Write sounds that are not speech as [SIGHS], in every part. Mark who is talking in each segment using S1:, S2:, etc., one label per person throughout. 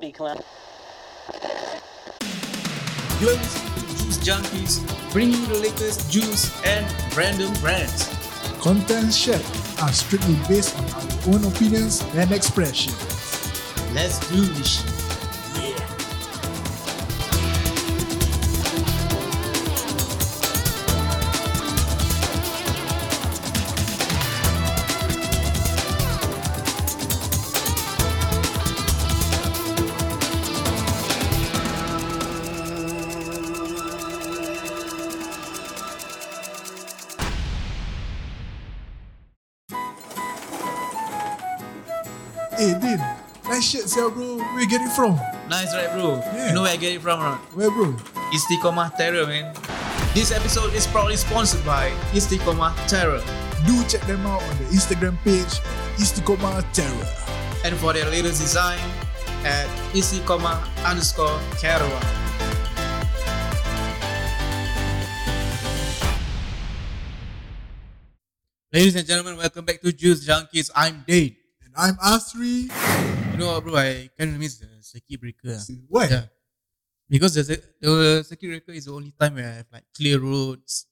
S1: Be clown.
S2: You're listening to Juice Junkies, bringing you the latest juice and random brands.
S3: Contents shared are strictly based on our own opinions and expression.
S2: Let's do this shit.
S3: Hey Dean, nice shirt sell bro. Where you get it from?
S2: Nice, right, bro?
S3: Yeah.
S2: You know where I get it from, or not?
S3: Where bro?
S2: Istiqomah Terror, man. This episode is proudly sponsored by Istiqomah Terror.
S3: Do check them out on the Instagram page, Istikoma Terror.
S2: And for their latest design at Istiqomah underscore Terror. Ladies and gentlemen, welcome back to Juice Junkies. I'm Dade.
S3: And I'm Asri.
S2: You know what, bro? I kind of miss the circuit breaker. ah.
S3: Why?
S2: Yeah. Because the, cir- the circuit breaker is the only time where I have like clear roads,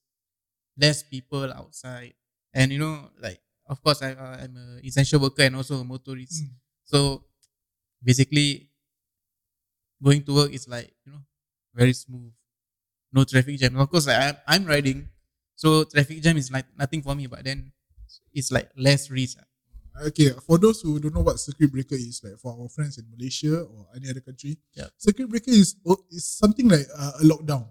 S2: less people outside, and you know, like of course I uh, I'm a essential worker and also a motorist,
S3: Mm.
S2: so basically going to work is like you know very smooth, no traffic jam. Of course, like, I'm I'm riding, so traffic jam is like nothing for me. But then it's like less risk. ah.
S3: Okay, for those who don't know what circuit breaker is, like for our friends in Malaysia or any other country,
S2: Yeah.
S3: circuit breaker is oh, is something like uh, a lockdown.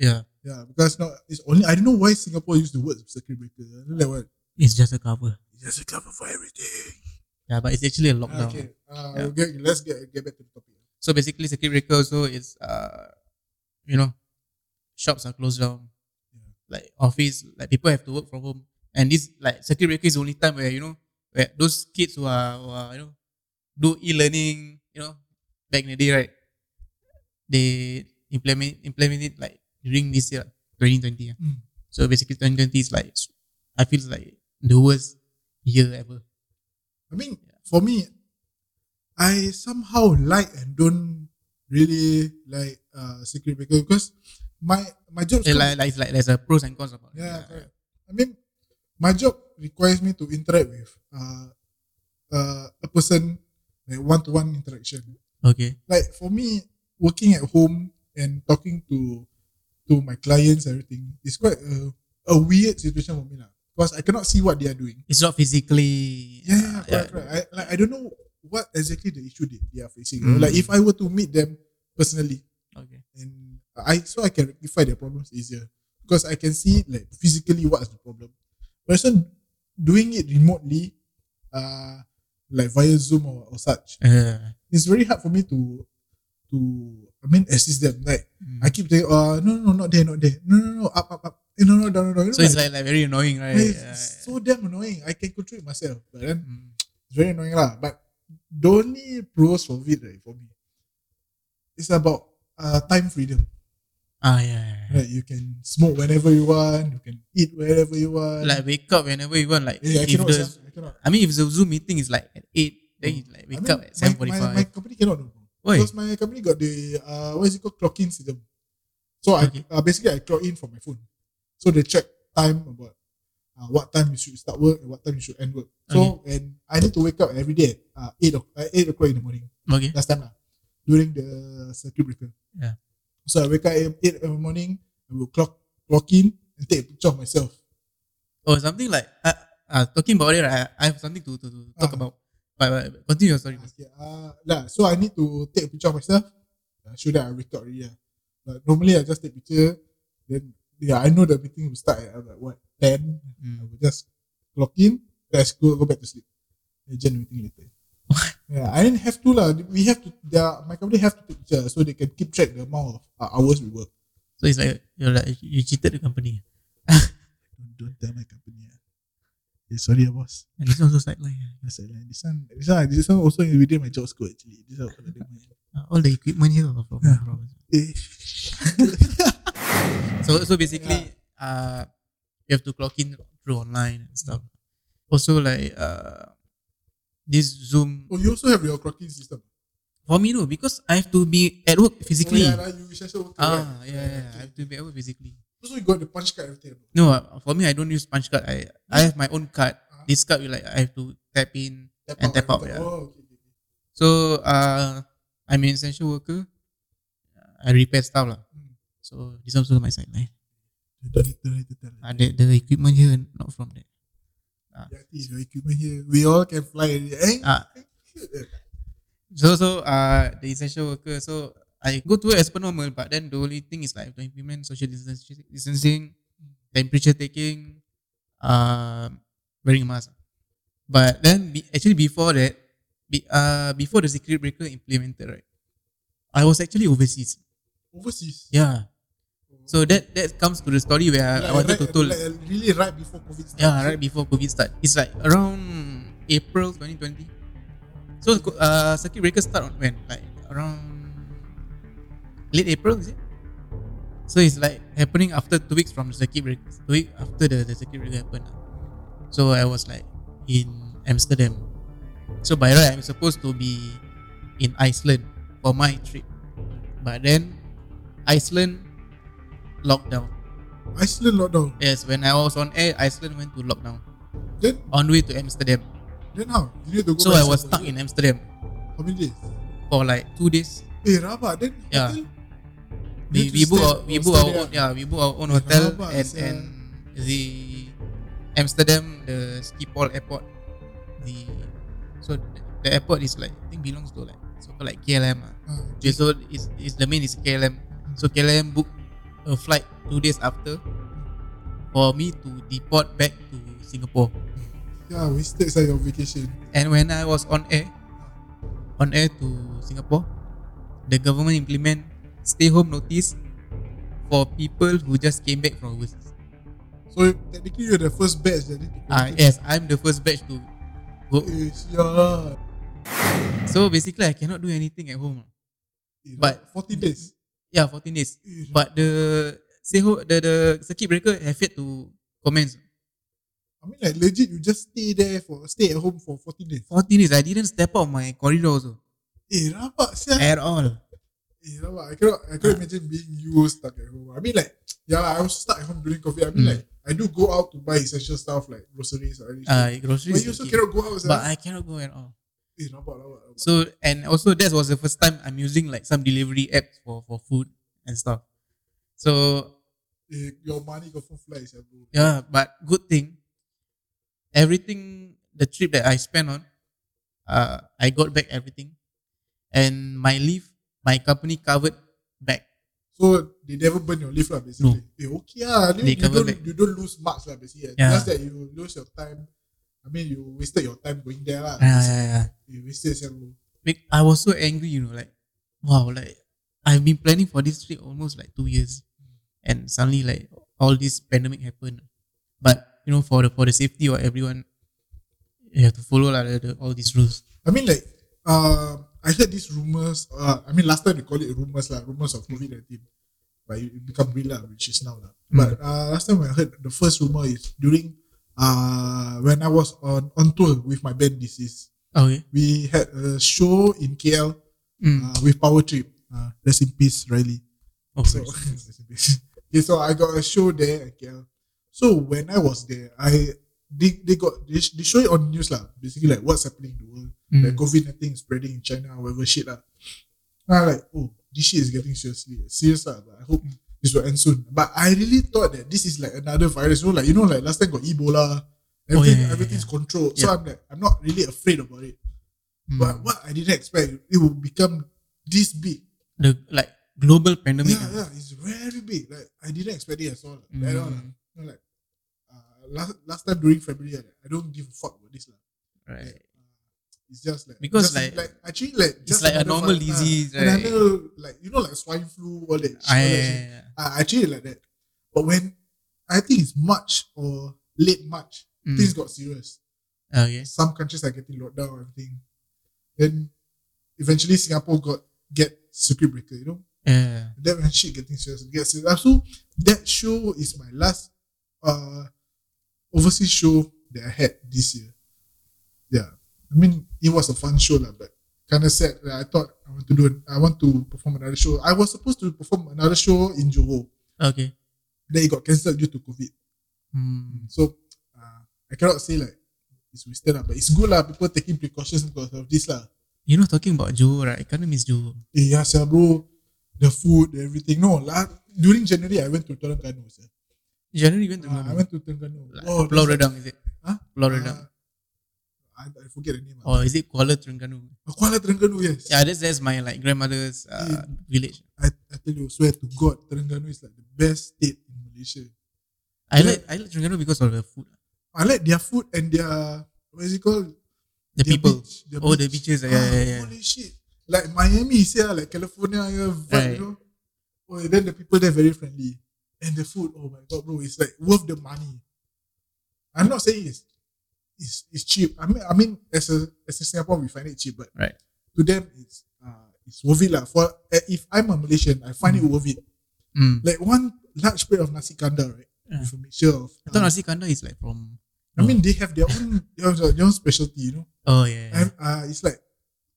S2: Yeah,
S3: Yeah, because now it's only I don't know why Singapore used the word circuit breaker. I don't know, Like what?
S2: it's just a cover.
S3: It's just a cover for everything.
S2: Yeah, but it's actually a lockdown.
S3: Okay, uh,
S2: Yeah.
S3: okay, let's get get back to the topic.
S2: So basically, circuit breaker also is, uh, you know, shops are closed down,
S3: Yeah.
S2: like office, like people have to work from home, and this like circuit breaker is the only time where you know where those kids who are, who are you know do e-learning, you know, back in the day, right? They implement implement it like during this year, twenty twenty.
S3: Mm.
S2: So basically, twenty twenty is like I feel like the worst year ever.
S3: I mean, for me, I somehow like and don't really like uh circuit breaker because my my job.
S2: Eh, Like, like, it's like there's a pros and cons about it.
S3: Yeah, correct. I mean, my job requires me to interact with uh, uh, a person, like one to one interaction.
S2: Okay.
S3: Like for me, working at home and talking to to my clients, everything is quite a, a weird situation for me lah. Because I cannot see what they are doing.
S2: It's not physically. uh,
S3: Yeah, yeah,
S2: Ah, yeah.
S3: correct, correct. I, like I don't know what exactly the issue they, they are facing. you know.
S2: Mm.
S3: Like if I were to meet them personally,
S2: Okay.
S3: and I so I can rectify their problems easier because I can see like physically what's the problem. Person doing it remotely, uh, like via Zoom or, or such,
S2: Uh,
S3: it's very hard for me to to I mean assist them. Like I keep saying, uh no no no, not there not there no no no up up up Eh, no no down down. You know,
S2: so it's like, like very annoying, right?
S3: it's
S2: Yeah,
S3: so damn annoying. I can control it myself, but then
S2: Mm.
S3: it's very annoying lah. But the only pros of it right, for me, it's about uh time freedom.
S2: Ah, yeah. yeah, yeah.
S3: Right, you can smoke whenever you want. You can eat wherever you want.
S2: Like wake up whenever you want. Like
S3: yeah, I
S2: if
S3: cannot.
S2: the,
S3: sia, I cannot.
S2: I mean, if the Zoom meeting is like at eight, then you like
S3: I
S2: wake
S3: mean,
S2: up at seven
S3: my,
S2: forty-five.
S3: my, my company cannot do
S2: Why?
S3: because my company got the uh what is it called clock in system. So I
S2: Okay.
S3: uh, basically I clock in from my phone. So they check time about uh, what time you should start work and what time you should end work. So and I need to wake up every day at uh, eight o- uh, eight o'clock in the morning.
S2: Okay.
S3: Last time lah, during the circuit breaker.
S2: Yeah.
S3: So I wake up at eight in the morning. I will clock clock in and take a picture of myself.
S2: Or something like uh, uh, talking about it. Right, I, I have something to to, to talk
S3: Ah.
S2: about. But, but but continue your story. first.
S3: Okay, uh, lah, so I need to take a picture of myself. Uh, show that I wake up already. lah. But normally I just take picture. Then yeah, I know the meeting will start at about what ten. I
S2: Mm.
S3: will just clock in. Let's go go back to sleep. Agent meeting later. yeah, I didn't have to lah. We have to. They are, my company have to take picture so they can keep track the amount of uh, hours we work.
S2: So it's like you're like you cheated the company.
S3: Don't, don't tell my company. ah. Yeah, sorry, ah, boss.
S2: And it's also sideline. yeah.
S3: That's it, like, This one, this one, this one also within my job scope actually. This one,
S2: Uh, all the equipment here are from
S3: Yeah.
S2: from-
S3: eh.
S2: So so basically, uh, you have to clock in through online and stuff. Also, like uh, this Zoom.
S3: Oh, you also have your clocking system.
S2: For me, no, because I have to be at work physically.
S3: Oh, yeah, lah, you essential worker.
S2: ah,
S3: right?
S2: yeah, yeah, yeah. I
S3: Okay.
S2: have to be at work physically.
S3: So you got the punch card everything.
S2: No, uh, for me, I don't use punch card. I I have my own card.
S3: Ah.
S2: This card, you like, I have to tap in.
S3: Tap
S2: And tap out,
S3: everything.
S2: yeah.
S3: Oh, okay, okay. okay.
S2: So, uh, I'm an essential worker. Uh, I repair stuff lah.
S3: Hmm.
S2: So this also my sideline.
S3: Yeah,
S2: Uh, the, the equipment here not from there.
S3: it's your equipment here. We all can fly. Eh?
S2: Uh, so so uh the essential worker. So I go to work as per normal, but then the only thing is like I have to implement social distancing, distancing temperature taking, um, wearing a mask. But then be, actually before that, be, uh before the secret breaker implemented, right? I was actually overseas.
S3: Overseas.
S2: Yeah. So that that comes to the story where I, I wanted
S3: right,
S2: to tell.
S3: like, really right before COVID started.
S2: Yeah, right before COVID start. It's like around April 2020. So co- uh, circuit breaker start on when? Like around late April, is it? So it's like happening after two weeks from the circuit break, two week after the, the circuit breaker happened. lah. So I was like in Amsterdam. So by right I'm supposed to be in Iceland for my trip, but then Iceland lockdown.
S3: Iceland lockdown.
S2: Yes, when I was on air, Iceland went to lockdown
S3: Then,
S2: on way to Amsterdam.
S3: then how? You need to go
S2: So
S3: back
S2: I was
S3: Singapore,
S2: stuck
S3: is
S2: in Amsterdam
S3: it? How many days?
S2: for like two days.
S3: Eh, rabak. Then
S2: Yeah.
S3: hotel?
S2: We,
S3: Need to
S2: we book
S3: stay-
S2: our, we
S3: or
S2: book
S3: stay
S2: our
S3: there.
S2: own yeah we book our own hotel
S3: rabak
S2: and
S3: sia.
S2: and the Amsterdam the Schiphol airport the so the, the airport is like I think belongs to like so called like KLM ah.
S3: Ah,
S2: Okay, so is is the main is KLM so KLM book a flight two days after for me to deport back to Singapore.
S3: yeah, wasted sah your vacation.
S2: And when I was on air, on air to Singapore, the government implement stay home notice for people who just came back from overseas.
S3: So technically you're the first batch that need to
S2: Ah yes, I'm the first batch to go.
S3: Eh, sia.
S2: So basically, I cannot do anything at home.
S3: Eh,
S2: But-
S3: 40 days.
S2: Yeah, 14 days.
S3: Eh,
S2: But the stay home, the, the circuit breaker have yet to commence.
S3: I mean, like legit, you just stay there for stay at home for 14 days.
S2: 14 days. I didn't step out of my corridor also
S3: Eh, rabak sia.
S2: at all.
S3: Eh, rabak. I cannot, I
S2: Ah.
S3: cannot imagine being you stuck at home. I mean, like, yeah, lah, I was stuck at home during COVID. I mean,
S2: Mm.
S3: like, I do go out to buy essential stuff like groceries or anything.
S2: Uh,
S3: but
S2: groceries.
S3: you also
S2: okay.
S3: cannot go out. sia.
S2: But I cannot go at all.
S3: eh, rabak, rabak, rabak.
S2: So and also that was the first time I'm using like some delivery apps for for food and stuff. So
S3: eh, your money got for flies, sia, bro.
S2: yeah, but good thing, everything the trip that I spent on, uh, I got back everything, and my leave my company covered back.
S3: So they never burn your leaf lah basically. Eh, okay lah. I mean,
S2: They
S3: you,
S2: cover
S3: don't,
S2: back.
S3: you don't lose much lah basically.
S2: Yeah.
S3: Just that you lose your time. I mean you wasted your time going there lah.
S2: Ah, Yeah, yeah, yeah.
S3: You wasted your time.
S2: Like, I was so angry, you know, like wow, like I've been planning for this trip almost like two years, and suddenly like all this pandemic happened. But you know, for the for the safety of everyone, you have to follow like, the, the- all these rules.
S3: I mean like uh, I heard these rumors. Uh, I mean last time they call it rumors lah, rumors of COVID nineteen, but it it become real lah, which is now lah. But uh, last time I heard the first rumor is during uh when I was on on tour with my band. This is
S2: Okay.
S3: we had a show in KL
S2: Mm.
S3: uh, with Power Trip. Uh, rest in peace, Riley.
S2: Oh,
S3: So, [LAUGHS]
S2: sorry.
S3: okay, so I got a show there. Okay. So when I was there, I they, they got they, sh- they show it on news lah. Basically, like what's happening in the world,
S2: Mm.
S3: like COVID nineteen spreading in China, whatever shit lah. And I'm like, oh, this shit is getting seriously serious lah. But I hope this will end soon. But I really thought that this is like another virus. You know, like you know, like last time got Ebola. Everything,
S2: Oh, yeah, yeah,
S3: everything's controlled. So
S2: Yeah.
S3: I'm like, I'm not really afraid about it.
S2: Mm.
S3: But what I didn't expect, it would become this big.
S2: the like global pandemic.
S3: Yeah,
S2: ah.
S3: yeah, it's very big. Like I didn't expect it at all. Like,
S2: Mm.
S3: at all like, you know, like uh, last last time during February, like, I don't give a fuck about this. Like,
S2: Right.
S3: it's just like
S2: Because,
S3: just
S2: like,
S3: actually like
S2: It's
S3: just
S2: like a
S3: another
S2: normal
S3: virus,
S2: disease,
S3: ah.
S2: right?
S3: Another like you know like swine flu all that. shit,
S2: Ah,
S3: all
S2: yeah,
S3: that
S2: yeah,
S3: shit.
S2: yeah, yeah.
S3: Ah, actually like that. But when I think it's March or late March,
S2: Mm.
S3: things got serious.
S2: Okay.
S3: Some countries are getting locked down. Everything. Then eventually Singapore got get circuit breaker. You know.
S2: Yeah.
S3: That [LAUGHS] when shit getting serious, it gets serious. So that show is my last uh overseas show that I had this year. Yeah. I mean it was a fun show lah, but kind of sad that I thought I want to do. I want to perform another show. I was supposed to perform another show in Johor.
S2: Okay.
S3: Then it got cancelled due to COVID.
S2: Hmm.
S3: So uh, I cannot say like it's wasted lah, but it's good lah. People taking precautions because of this lah.
S2: You know, talking about Johor, right? I kind of miss Johor.
S3: Eh, yeah, sia, bro. The food, everything. No, lah. During January, I went to Terengganu. sia.
S2: January you went to
S3: Ah, I
S2: Melbourne?
S3: went to Terengganu. Oh,
S2: Like,
S3: Wow,
S2: Lah, Pulau
S3: that's-
S2: Redang, is it?
S3: Huh?
S2: Pulau
S3: ah,
S2: Redang. Oh.
S3: I, I Ah, forget the name.
S2: or is it Kuala Terengganu?
S3: ah. Kuala Terengganu, yes.
S2: Yeah, that's, that's my like grandmother's
S3: Mm.
S2: uh, village.
S3: I, I tell you, swear to God, Terengganu is like the best state in Malaysia.
S2: I
S3: Yeah.
S2: like I like Terengganu because of the food.
S3: I like their food and their what is it called?
S2: The
S3: Their
S2: people.
S3: beach, their
S2: Oh, the beaches, yeah, yeah, yeah.
S3: Holy shit! Like Miami, see, ah, like California, yeah, vibe,
S2: Right.
S3: you know. Oh, and then the people there very friendly, and the food. Oh my god, bro, it's like worth the money. I'm not saying it's it's, it's cheap. I mean, I mean, as a as a Singapore, we find it cheap, but
S2: Right.
S3: to them, it's uh, it's worth it lah. For eh, if I'm a Malaysian, I find it worth it.
S2: Mm.
S3: Like one large plate of nasi kandar, right?
S2: Yeah.
S3: With a mixture of.
S2: I thought
S3: uh,
S2: nasi kandar is like from.
S3: I mean, they have their own their own their own specialty, you know.
S2: Oh yeah. yeah.
S3: And, uh, it's like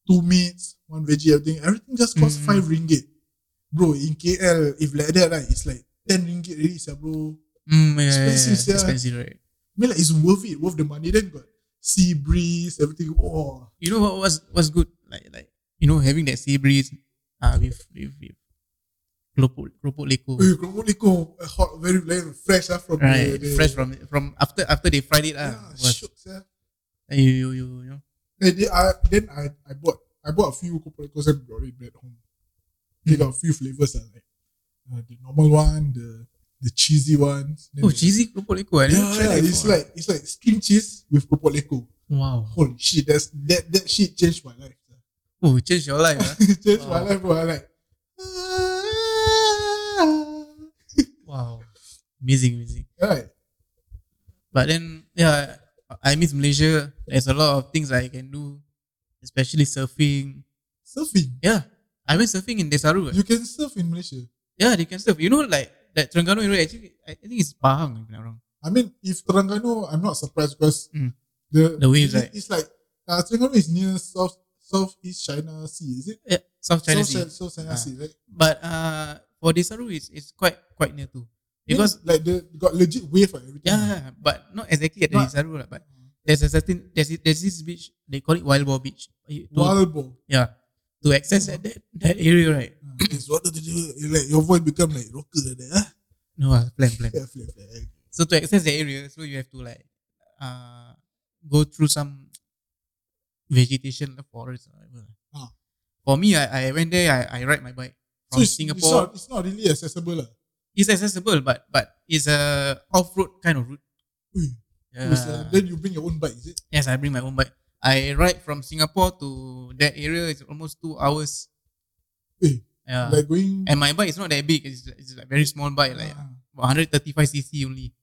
S3: two meats, one veggie, everything. Everything just costs
S2: Mm.
S3: five ringgit. Bro, in KL, if like that, right, it's like 10 ringgit really, sia, bro.
S2: Mm, yeah, yeah,
S3: expensive,
S2: yeah.
S3: sia.
S2: Expensive, right?
S3: I mean, like, it's worth it, worth the money. Then got sea breeze, everything. Oh,
S2: You know what was was good? Like like you know having that sea breeze, uh, with with with keropok keropok leko.
S3: eh, Keropok Liko, eh, hot, very, very fresh ah, from the,
S2: Right,
S3: the,
S2: fresh from from after after they fried it
S3: yeah,
S2: ah. was-
S3: shook, sia.
S2: you you you you know.
S3: Then, they, I, then I, I bought I bought a few Keropok Likos and brought it back home. They got
S2: Mm.
S3: a few flavors, ah, like uh, the normal one, the the cheesy ones. then the-
S2: Oh, cheesy keropok leko. I
S3: Yeah,
S2: never tried
S3: yeah,
S2: that
S3: it's
S2: before.
S3: like it's like string cheese with keropok leko.
S2: wow.
S3: Holy shit, that's that that shit changed my life. sia.
S2: Oh, change your life. ah.
S3: [LAUGHS] It changed my
S2: Wow.
S3: life, bro. I like "Ah."
S2: wow, amazing, amazing.
S3: right.
S2: But then, yeah, I I miss Malaysia. There's a lot of things I can do, especially surfing.
S3: Surfing.
S2: Yeah, I went surfing in Desaru. eh.
S3: You can surf in Malaysia.
S2: Yeah, they can surf. You know, like that Terengganu area. Actually, I I think it's Pahang. If I'm not wrong.
S3: I mean, if Terengganu, I'm not surprised because
S2: Mm.
S3: the
S2: The
S3: it-
S2: waves, right?
S3: It's like uh, Terengganu is near South Southeast China Sea, is it?
S2: Yeah, South
S3: South,
S2: China Sea.
S3: Chi- South China
S2: Ah.
S3: Sea, right?
S2: But uh, for Desaru, it's it's quite quite near too.
S3: Then,
S2: Because
S3: like the got legit wave and everything.
S2: yeah, but not exactly at the
S3: But-
S2: Desaru lah. But there's a certain there's there's this beach they call it Wild Boar Beach. You- to-
S3: Wild ball.
S2: yeah, to access that, that that area right.
S3: Ah, It's what to do. Like your voice become like rocker like that. ah.
S2: No, ah, plan plan.
S3: Yeah, flip, flip.
S2: So to access the area, so you have to like uh go through some vegetation the forest or whatever.
S3: Ah.
S2: For me, I, I went there, I, I ride my bike
S3: So
S2: from
S3: it's,
S2: Singapore.
S3: It's not, it's not really accessible. lah.
S2: It's accessible but but it's a off road kind of route.
S3: Ui,
S2: Yeah.
S3: it's, uh, then you bring your own bike, is it?
S2: yes, I bring my own bike. I ride from Singapore to that area is almost two hours.
S3: Eh,
S2: Yeah.
S3: like going.
S2: Ah. and my bike is not that big, it's it's like very small bike, like
S3: Ah,
S2: about 135cc only.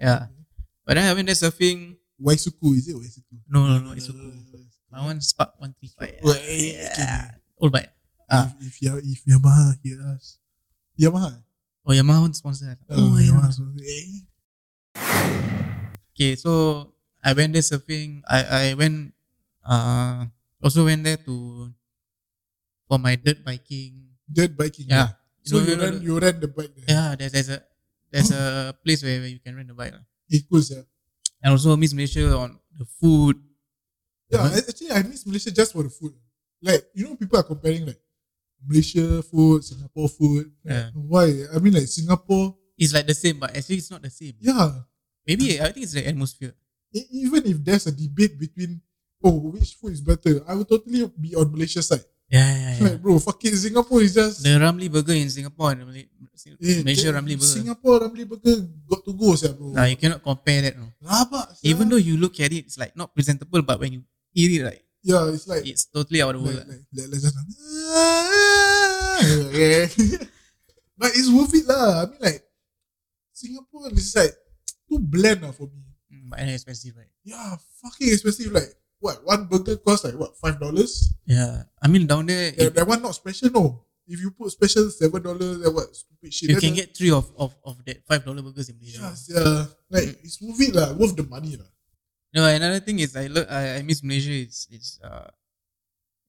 S2: Yeah.
S3: okay.
S2: But then I went there surfing.
S3: Waisuku, is it Waisuku?
S2: No, no, no, it's okay.
S3: Waisuku.
S2: My one spark one three five.
S3: Well,
S2: Yeah. Old bike. Ah.
S3: If, if, Ya- if Yamaha hear us, Yamaha.
S2: Oh Yamaha won't sponsor.
S3: uh,
S2: Oh, yeah.
S3: Yamaha so, eh,
S2: Okay, so I went there surfing. I I went uh also went there to for my dirt biking.
S3: dirt biking.
S2: Yeah. You
S3: So
S2: know,
S3: you
S2: you know,
S3: ran,
S2: the-
S3: you ran the bike there.
S2: Yeah, there's there's a there's a place where, where you can rent a bike. lah.
S3: It goes yeah.
S2: And also Miss Malaysia on the food.
S3: Yeah,
S2: Uh-huh.
S3: I- actually, I miss Malaysia just for the food. Like, you know, people are comparing like Malaysia food, Singapore food.
S2: Yeah.
S3: Why? I mean, like Singapore,
S2: It's like the same, but actually it's not the same.
S3: yeah,
S2: Maybe I think it's the atmosphere.
S3: E- even if there's a debate between oh which food is better, I would totally be on Malaysia side.
S2: Yeah, yeah, yeah.
S3: Like bro, fucking Singapore is just
S2: The Ramly Burger in Singapore and the Malay-
S3: eh,
S2: Malaysia
S3: the-
S2: Ramly Burger.
S3: Singapore Ramly Burger got to go, sir, bro.
S2: Nah, you cannot compare that. No.
S3: Rabak, sia.
S2: Even though you look at it, it's like not presentable, but when you eat it, like
S3: yeah, it's like,
S2: it's totally out of
S3: like,
S2: world.
S3: like, like, like just [LAUGHS] but it's worth it lah. I mean like Singapore is like too bland lah for me.
S2: Mm, But it's expensive, right?
S3: Yeah, fucking expensive. Like what one burger costs like what five dollars?
S2: Yeah. I mean, down there,
S3: Yeah,
S2: if
S3: that one not special, no. If you put special seven dollars, that what stupid shit.
S2: you
S3: that-
S2: can get three of, of, of that five dollar burgers in Malaysia.
S3: yeah, yeah. Like it's worth it lah, worth the money lah.
S2: No, another thing is I look I, I miss Malaysia. It's it's uh,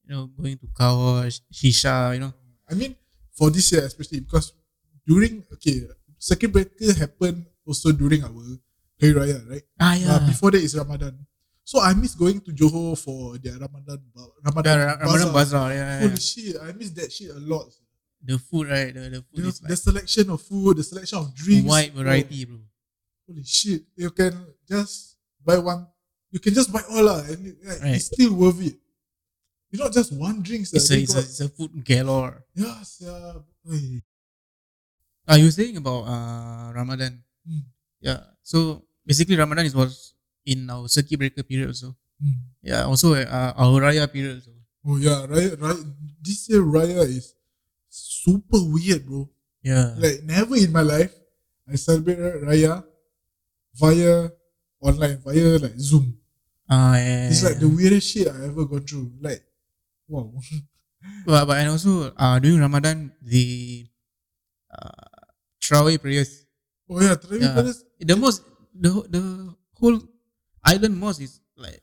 S2: you know, going to car wash, shisha, you know.
S3: I mean, for this year especially because during okay circuit breaker happened also during our Hari Raya, right?
S2: Ah,
S3: Uh, before that is Ramadan, so I miss going to Johor for their Ramadan ba- Ramadan,
S2: Yeah, Ra- Ramadan
S3: bazaar.
S2: bazaar, yeah, yeah.
S3: Holy shit, I miss that shit a lot.
S2: The food, right? The, the food
S3: The,
S2: is
S3: the
S2: like
S3: selection of food, the selection of drinks,
S2: wide
S3: oh,
S2: variety, bro.
S3: holy shit, you can just buy one. You can just buy all lah, and it- like,
S2: Right.
S3: it's still worth it. It's not just one drink. sia.
S2: It's a,
S3: They
S2: it's, a,
S3: got-
S2: it's a food galore.
S3: yeah, sia. Oi.
S2: Ah, you were saying about uh, Ramadan.
S3: Hmm.
S2: Yeah. So basically, Ramadan is was in our circuit breaker period also.
S3: Hmm.
S2: Yeah. Also, uh, our Raya period also.
S3: Oh yeah, Raya, Raya, this year Raya is super weird, bro.
S2: Yeah.
S3: Like never in my life I celebrate Raya via online, via like Zoom.
S2: Ah, yeah,
S3: It's
S2: yeah,
S3: like
S2: yeah.
S3: the weirdest shit I ever gone through. Like, wow. [LAUGHS]
S2: But, but and also uh, during Ramadan the uh, Trawe prayers.
S3: Oh yeah, Travis
S2: Yeah.
S3: Brothers,
S2: The most the the whole island mosque is like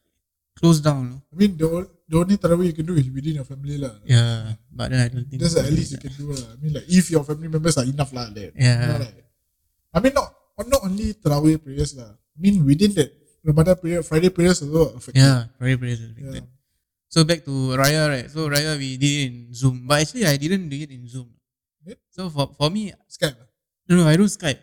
S2: closed down. No?
S3: I mean the only, the only Travis you can do is within your family lah.
S2: Yeah, but then I don't think
S3: That's the at least you can do lah. I mean like if your family members are enough lah. Like, Not
S2: Yeah.
S3: like- I mean not not only Tarawih prayers lah. I mean within that Ramadan prayer, Friday prayers also affected.
S2: Yeah, very prayers
S3: Yeah.
S2: affected. So back to Raya, right? So Raya we did it in Zoom, but actually I didn't do it in Zoom.
S3: Eh?
S2: So for for me,
S3: Skype. lah.
S2: no, no, I don't Skype.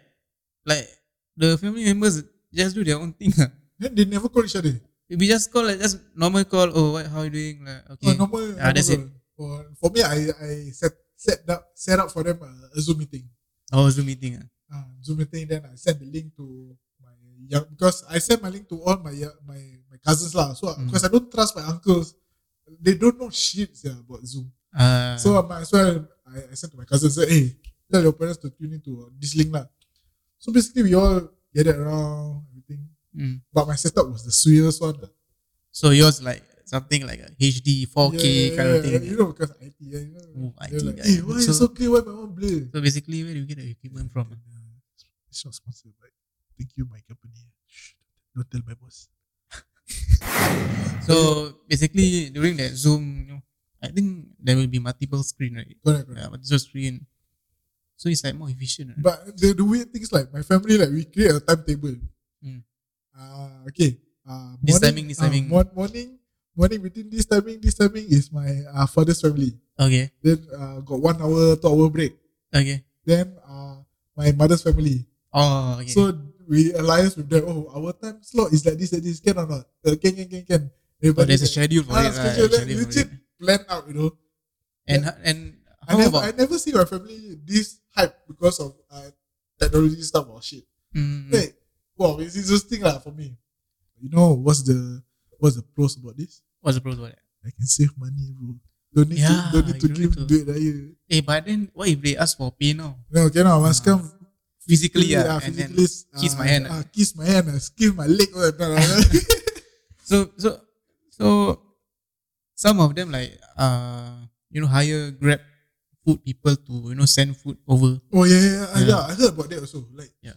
S2: Like the family members just do their own thing. ah.
S3: Then they never call each other.
S2: we just call like just normal call. Oh, what? How you doing? Like okay.
S3: Oh, normal.
S2: Ah,
S3: normal
S2: that's it.
S3: call. For, for me, I I set set up set up for them a, a Zoom meeting.
S2: Oh, Zoom meeting. ah.
S3: Uh, Zoom meeting. Then I send the link to my young because I send my link to all my young- my my cousins lah. So
S2: Mm.
S3: because I don't trust my uncles, they don't know shit sia about Zoom.
S2: Uh,
S3: So I might as well I, I sent to my cousins say, hey, tell your parents to tune into this link lah. So basically, we all gathered around everything.
S2: mm.
S3: But my setup was the sweetest one. lah.
S2: so yours like something like a HD 4K
S3: Yeah,
S2: kind of
S3: yeah,
S2: thing.
S3: You know, because IT, yeah, you know,
S2: Oh, IT
S3: they're like,
S2: guy.
S3: hey, why
S2: So-
S3: it's so clear? Why my mom blur?
S2: So basically, where do you get the equipment from? ah?
S3: It's not sponsored, but thank you, my company. Shh, don't tell my boss.
S2: So basically, during that Zoom, you know, I think there will be multiple screen, right?
S3: Correct, correct.
S2: Yeah, multiple screen. So it's like more efficient. Right?
S3: But the, the weird things like my family, like we create a timetable.
S2: Mm.
S3: Uh, okay. Uh,
S2: This
S3: morning-
S2: timing, this timing.
S3: Uh, mor- morning, morning between this timing, this timing is my uh, father's family.
S2: Okay,
S3: Then uh, got one hour, two hour break.
S2: okay.
S3: Then uh, my mother's family.
S2: Oh, okay.
S3: So we alliance with them. Oh, our time slot is like this, like this. Can or not? Uh, can, can, can, can.
S2: oh,
S3: Everybody
S2: there's a schedule for
S3: Ah,
S2: it, right?
S3: schedule, like,
S2: Schedule for
S3: legit
S2: it.
S3: plan out, you know.
S2: And ho- and
S3: I
S2: how
S3: never, I
S2: about?
S3: never see my family this hype because of uh, technology stuff or shit.
S2: Mm,
S3: Like, wow, it's interesting lah for me. You know what's the what's the pros about this?
S2: what's the pros about that?
S3: I can save money, bro. Don't need
S2: Yeah,
S3: to don't need to
S2: you don't
S3: give
S2: need to.
S3: duit raya.
S2: Hey, Eh, but then what if they ask for pay now?
S3: No, okay, no, I must
S2: Ah,
S3: come
S2: Physically, yeah,
S3: ah,
S2: and then
S3: physically, ah,
S2: kiss my hand,
S3: ah, kiss my hand, ah, kiss my leg. all that, no, no, no.
S2: [LAUGHS] so so so some of them like uh you know hire grab food people to you know send food over
S3: Oh yeah, yeah, yeah.
S2: Yeah.
S3: yeah. I heard about that also. Like,
S2: Yeah.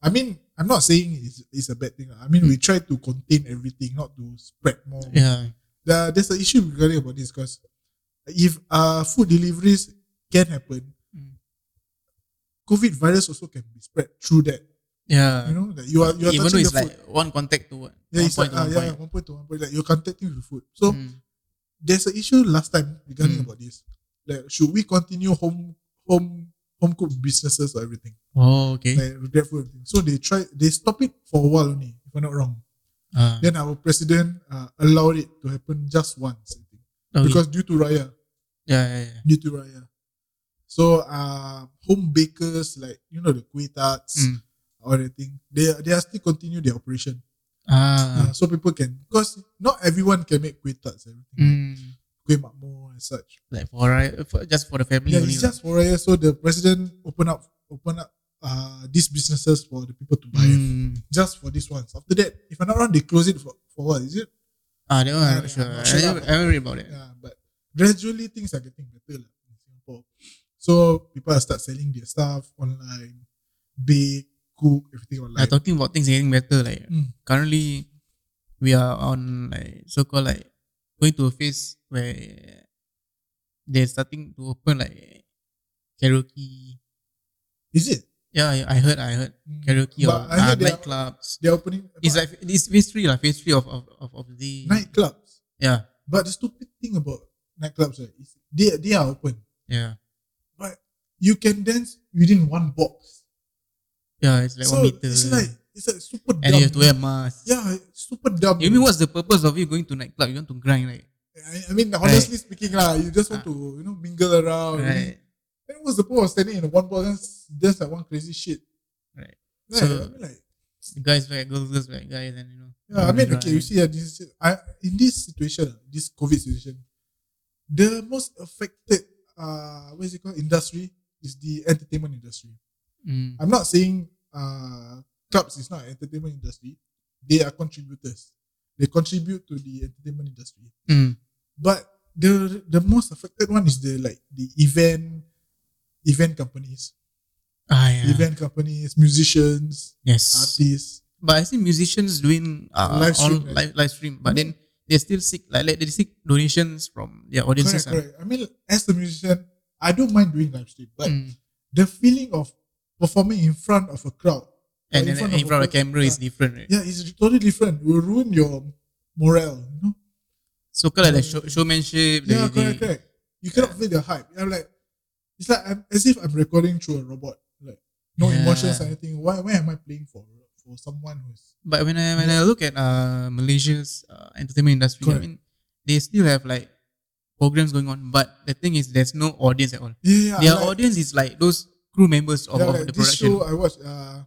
S3: I mean, I'm not saying it's, it's a bad thing. lah. I mean, we try to contain everything, not to spread more.
S2: yeah
S3: The, there's an issue regarding about this because if uh food deliveries can happen,
S2: Mm.
S3: COVID virus also can be spread through that.
S2: yeah
S3: you know, like you are you are
S2: even though
S3: touching
S2: it's
S3: the
S2: like
S3: food.
S2: one contact to one,
S3: Yeah,
S2: one
S3: it's
S2: point
S3: like, ah,
S2: to
S3: yeah,
S2: one
S3: yeah,
S2: point
S3: one point to one point. Like you're contacting with food. So
S2: Mm.
S3: there's an issue last time regarding
S2: Mm.
S3: about this. Like, should we continue home home home cooked businesses or everything?
S2: oh okay
S3: like regretful everything. So they try they stop it for a while only, if I'm not wrong.
S2: Ah,
S3: Then our president uh, allowed it to happen just once, I think.
S2: okay.
S3: Because due to Raya.
S2: Oh, yeah, yeah, yeah.
S3: Due to Raya. So uh home bakers like you know the kuih tarts
S2: Mm.
S3: or anything, they they are still continue their operation. Uh,
S2: ah
S3: so people can because not everyone can make kuih tarts everything.
S2: mm.
S3: Kuih makmur and such.
S2: like for, right, for just for the
S3: Yeah,
S2: family only
S3: it's
S2: lah.
S3: just for Raya. So the president open up open up uh these businesses for the people to buy.
S2: Mm.
S3: just for this once. After that, if I'm not wrong, they close it for, for what is it?
S2: Ah, that one
S3: Yeah,
S2: I'm
S3: yeah,
S2: not sure.
S3: I'm not
S2: I
S3: sure
S2: never,
S3: about
S2: I never read about it.
S3: Yeah, but gradually things are getting better lah in Singapore. So people start selling their stuff online, bake, cook, everything
S2: Like,
S3: online.
S2: talking about things getting better, like
S3: Mm.
S2: currently we are on like so called like going to a phase where they're starting to open like karaoke.
S3: Is it?
S2: Yeah, yeah, I heard, I heard karaoke or
S3: But I
S2: uh,
S3: heard they are-
S2: nightclubs.
S3: They're opening
S2: It's
S3: but
S2: like it's phase three, like phase three of of, of, of the
S3: nightclubs.
S2: yeah
S3: But the stupid thing about nightclubs right, is they they are open.
S2: yeah
S3: You can dance within one box.
S2: yeah. It's like
S3: so
S2: one meter,
S3: it's like it's like super dumb.
S2: and you have to wear a mask.
S3: yeah, it's super dumb.
S2: You mean what's the purpose of you going to nightclub? You want to grind, right?
S3: I, I mean, honestly speaking, lah, you just want to
S2: Ah.
S3: you know mingle around.
S2: Right.
S3: Then what's the point of standing in one box? That's, that's like one crazy shit.
S2: Right.
S3: Like,
S2: So-
S3: I mean, like,
S2: Guys like girls, girls like guys, and you know.
S3: yeah, I mean,
S2: grind.
S3: okay, you see, uh, this, is- I, in this situation, this COVID situation, the most affected, uh, what is it called, industry is the entertainment industry.
S2: Mm,
S3: I'm not saying uh, clubs is not an entertainment industry. They are contributors. They contribute to the entertainment industry.
S2: mm,
S3: But the the most affected one is the like the event event companies,
S2: ah yeah.
S3: event companies, musicians,
S2: yes.
S3: artists.
S2: But I see musicians doing
S3: Live
S2: uh, live
S3: stream,
S2: stream,
S3: right?
S2: live, live stream, but then they still seek like, like they seek donations from their audiences. ah.
S3: Correct, correct. I mean, as a musician, I don't mind doing live stream,
S2: ah.
S3: but
S2: Mm.
S3: the feeling of performing in front of a crowd,
S2: And
S3: or
S2: then in front of the camera is
S3: yeah,
S2: different, right?
S3: yeah, it's totally different. It will ruin your morale, you know.
S2: So kind of like show, showmanship.
S3: Yeah,
S2: they,
S3: correct,
S2: they,
S3: correct. You cannot feel the hype. I'm like, it's like I'm, as if I'm recording through a robot. Like no
S2: Yeah.
S3: emotions or anything. Why, why am I playing for for someone who's
S2: But when I when I look at uh Malaysia's uh, entertainment industry,
S3: Correct.
S2: I mean they still have like programs going on, but the thing is there's no audience at all.
S3: yeah, yeah
S2: their
S3: like,
S2: audience is like those crew members of,
S3: yeah,
S2: of
S3: like
S2: the
S3: this
S2: production.
S3: show I watched, uh,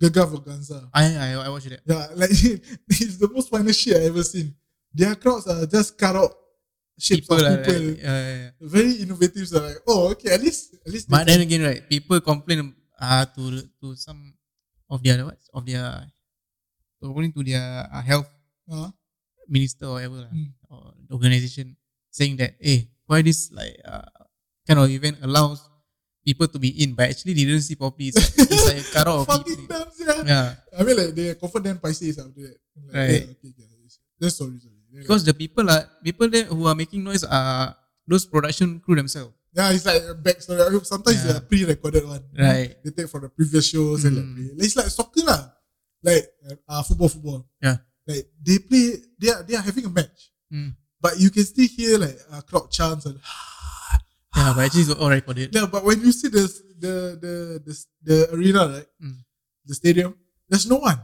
S3: Gaga Vaganza.
S2: I, I I watch that.
S3: Yeah, like [LAUGHS] it's the most finest shit I ever seen. Their crowds are just cut out shapes
S2: People,
S3: of
S2: are,
S3: people.
S2: like, yeah, yeah, yeah.
S3: Very innovative. So like, oh, okay, at least at least.
S2: But
S3: they
S2: then again, right? People complain uh, to to some of their what of their according to their uh, health
S3: can- uh,
S2: minister or whatever lah,
S3: Mm.
S2: or the organization saying that hey, why this like uh, kind of event allows people to be in, but actually they didn't see properly. It's, like- it's like a cut off of
S3: fucking
S2: people.
S3: dumb, uh, yeah.
S2: Yeah,
S3: I mean, like they confirm them Pisces after that. Like,
S2: Right.
S3: Yeah, okay, yeah, it's- that's sorry, sorry. Yeah,
S2: because the people are people there who are making noise are those production crew themselves.
S3: yeah, it's like a backstory. I hope Sometimes
S2: Yeah.
S3: it's a pre-recorded one.
S2: Right.
S3: They take from the previous shows and like
S2: Mm.
S3: play. It's like soccer lah. Like uh, football, football.
S2: Yeah.
S3: Like they play. They are they are having a match,
S2: Mm.
S3: but you can still hear like uh, crowd chants and.
S2: Yeah, but actually it's all recorded.
S3: Yeah, but when you see the the the the, the arena, right,
S2: Mm.
S3: the stadium, there's no one.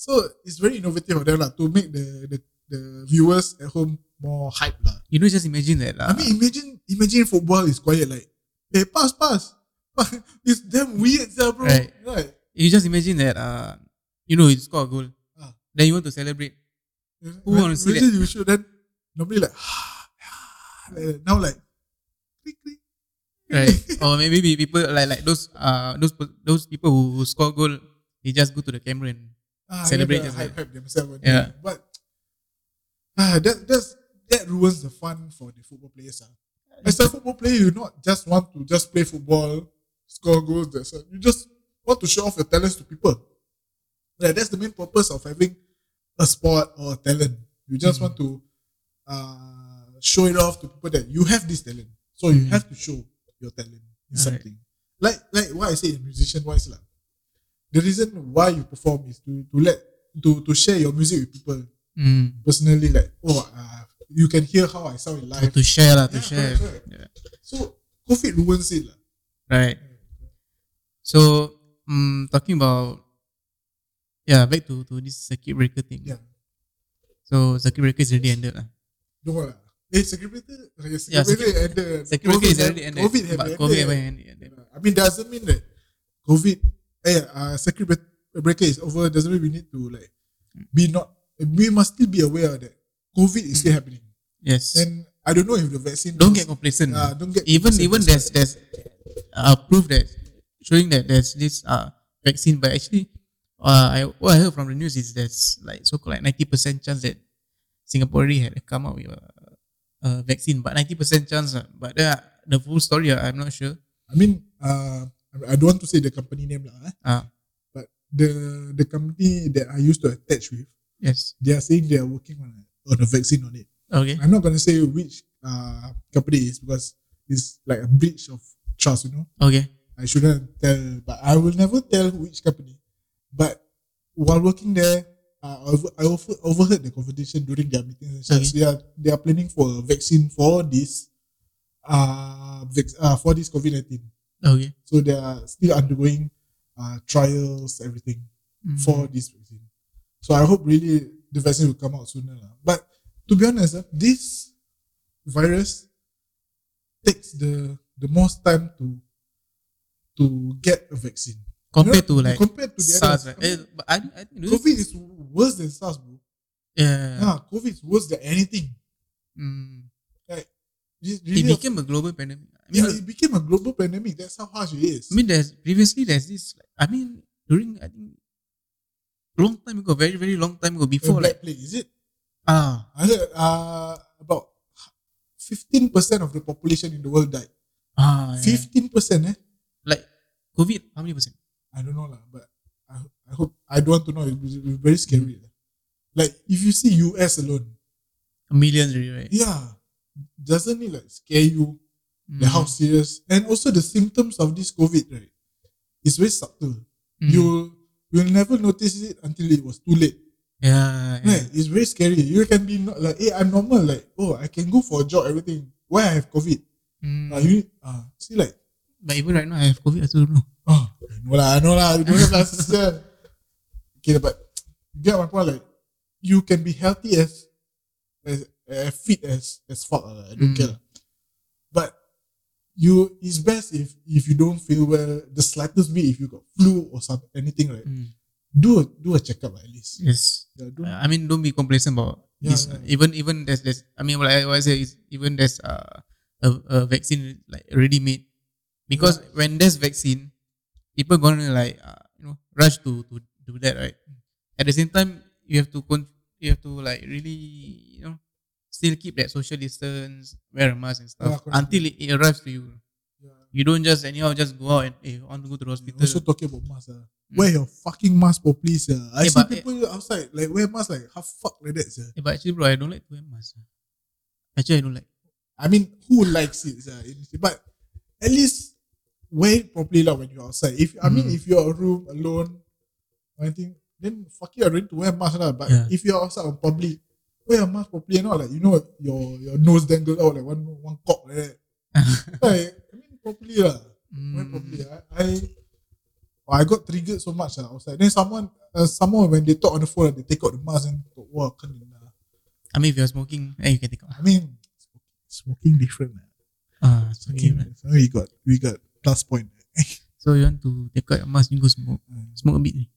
S3: So it's very innovative of them like, to make the, the the viewers at home more hype lah.
S2: You know, just imagine that.
S3: I
S2: uh, lah.
S3: mean, imagine imagine football is quiet like, hey, pass, pass. [LAUGHS] it's damn weird, sia, bro.
S2: Right.
S3: Right.
S2: you just imagine that uh, you know you score a goal,
S3: Ah.
S2: then you want to celebrate. Who wanna see
S3: imagine you shoot then nobody like, [SIGHS] like that. now like, click, click.
S2: Right.
S3: [LAUGHS]
S2: or maybe be people like like those uh those pe- those people who, who score goal, they just go to the camera and
S3: Ah, yeah,
S2: Celebrate
S3: the
S2: as
S3: hype,
S2: well.
S3: hype themselves. and
S2: Yeah.
S3: thing. But ah, that that's that ruins the fun for the football players. ah. As a football player, you not just want to just play football, score goals. That's all. You just want to show off your talents to people. Yeah, that's the main purpose of having a sport or a talent. You just
S2: Mhm.
S3: want to uh, show it off to people that you have this talent. So you
S2: Mhm.
S3: have to show your talent in
S2: Alright.
S3: something. Like like what I say in musician wise lah the reason why you perform is to, to let to, to share your music with people Hmm.
S2: Mm.
S3: personally like oh uh, you can hear how I sound in
S2: So
S3: live
S2: to share lah, to
S3: Yeah,
S2: share.
S3: correct, correct.
S2: Yeah.
S3: so COVID ruins it lah.
S2: Right. So um, talking about yeah, back to, to this circuit breaker thing.
S3: Yeah.
S2: So circuit breaker is already ended lah.
S3: don't worry lah. eh circulator okay,
S2: Yeah,
S3: circulator ended
S2: Circuit breaker is
S3: have-
S2: already ended.
S3: COVID have
S2: but
S3: ended.
S2: COVID haven't ended.
S3: I mean doesn't mean that COVID eh uh, circuit bre- breaker is over doesn't mean we need to like be not we must still be aware that COVID is
S2: Mm.
S3: still happening
S2: Yes.
S3: and I don't know if the vaccine
S2: don't
S3: is-
S2: get complacent.
S3: Ah, don't get
S2: even
S3: complacent.
S2: even
S3: That's
S2: there's there's uh, proof that showing that there's this uh vaccine, but actually, uh, I what I heard from the news is there's like so called like ninety percent chance that Singapore already had come out with a, a vaccine, but ninety percent chance. ah. but the the full story, ah, I'm not sure.
S3: I mean, uh, I I don't want to say the company name lah. Eh.
S2: Ah.
S3: But the the company that I used to attach with,
S2: Yes,
S3: they are saying they are working on a, on a vaccine on it.
S2: Okay.
S3: I'm not gonna say which uh company it is because it's like a breach of trust, you know.
S2: Okay.
S3: I shouldn't tell, but I will never tell which company. But while working there, uh, I over- I over- overheard the conversation during their meetings. And stuff.
S2: Okay.
S3: So they are they are planning for a vaccine for this, uh, vac- uh for this COVID nineteen.
S2: Okay.
S3: So they are still undergoing uh, trials, everything
S2: Mm.
S3: for this vaccine. So I hope really the vaccine will come out sooner. lah. But to be honest, ah, this virus takes the the most time to to get a vaccine
S2: compared
S3: You know,
S2: to like
S3: compared to the
S2: SARS,
S3: others.
S2: right? Eh, but I, I think this-
S3: COVID is worse than SARS, bro.
S2: yeah.
S3: Yeah, COVID is worse than anything.
S2: Mm.
S3: It,
S2: It
S3: really
S2: became a global pandemic. I mean,
S3: yeah, it became a global pandemic. That's how harsh it is.
S2: I mean, there's previously there's this. like, I mean, during I think long time ago, very very long time ago,
S3: The
S2: before like
S3: Black Plague, is it?
S2: ah
S3: I heard uh, about 15% of the population in the world died.
S2: ah yeah.
S3: 15%, eh?
S2: like COVID, how many percent?
S3: I don't know lah, but I, I hope I don't want to know. It will be very scary. lah. Like if you see US alone,
S2: Millions, already, right?
S3: yeah, doesn't it like scare you?
S2: Mm.
S3: Like how serious? And also the symptoms of this COVID, right? It's very subtle.
S2: Mm.
S3: You will never notice it until it was too late.
S2: yeah, yeah.
S3: Right? It's very scary. You can be not like, hey, I'm normal. Like, oh, I can go for a jog, everything. Why I have COVID?
S2: Mm.
S3: Ah, you ah, see like,
S2: but even right now, I have COVID. I still don't know.
S3: oh, no lah, no lah, you don't have that sister. Okay, but you get my point. Like, you can be healthy as as, as fit as as fuck. lah, I don't
S2: Mm.
S3: care. lah. But you, it's best if if you don't feel well the slightest bit. If you got flu or something, anything, right?
S2: Mm.
S3: Do a, do a checkup at least.
S2: Yes.
S3: Yeah, don't-
S2: Uh, I I mean, don't be complacent about
S3: Yeah,
S2: this.
S3: yeah.
S2: Even even there's, there's I mean, what I always say is even there's uh, a a vaccine like ready made, because when there's vaccine, people gonna like uh, you know rush to to do that right. At the same time, you have to con- you have to like really you know still keep that social distance, wear a mask and
S3: Yeah,
S2: stuff
S3: correct.
S2: until it, it arrives to you.
S3: yeah.
S2: You don't just anyhow just go out and hey, I want to go to the
S3: Mm,
S2: hospital. Mm.
S3: Also talking about mask, ah. wear your fucking mask, for please. ah. I
S2: Yeah,
S3: see
S2: but-
S3: people outside like wear mask like half fuck like that. sir.
S2: Eh, but actually, bro, I don't like to wear mask. Actually, I don't like.
S3: I mean, who likes it? sir? But at least wear it properly lah when you're outside. If I mean,
S2: Mm.
S3: if you're a room alone or anything, then fuck you, I don't need to wear mask lah. But
S2: Yeah.
S3: if you're outside on public, wear a mask properly and not like you know your your nose dangled out like one one cock like
S2: [LAUGHS]
S3: that. like, I mean, properly lah. Wear
S2: Mm.
S3: properly. I, I oh, I got triggered so much lah outside. Then someone uh, someone when they talk on the phone, they take out the mask and talk, wow, kena lah.
S2: I mean, if you're smoking, eh, you can take out.
S3: I mean, smoking different. lah.
S2: Ah, it's okay,
S3: Yeah,
S2: man.
S3: so we Oh, got we got plus point.
S2: So you want to take out your mask, you go smoke.
S3: Uh,
S2: Smoke a bit. eh.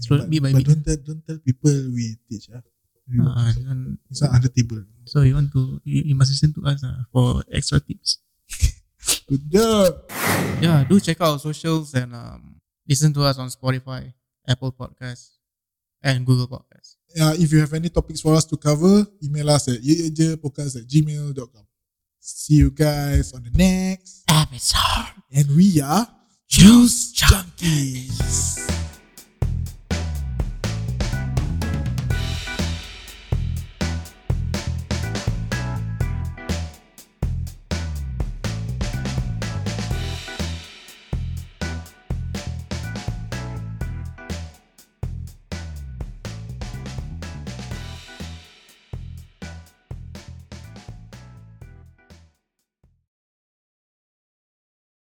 S2: Slowly,
S3: but,
S2: bit by
S3: but
S2: bit.
S3: don't tell don't tell people we teach ah. You-
S2: Ah, you want-
S3: It's not under table.
S2: so you want to, you, you must listen to us ah, for extra tips.
S3: Good job.
S2: Yeah, do check out our socials and um, listen to us on Spotify, Apple Podcasts, and Google Podcasts.
S3: Uh, if you have any topics for us to cover, email us at yeajepodcast at gmail.com. See you guys on the next.
S2: Episode
S3: And we are
S2: Juice
S3: Junkies.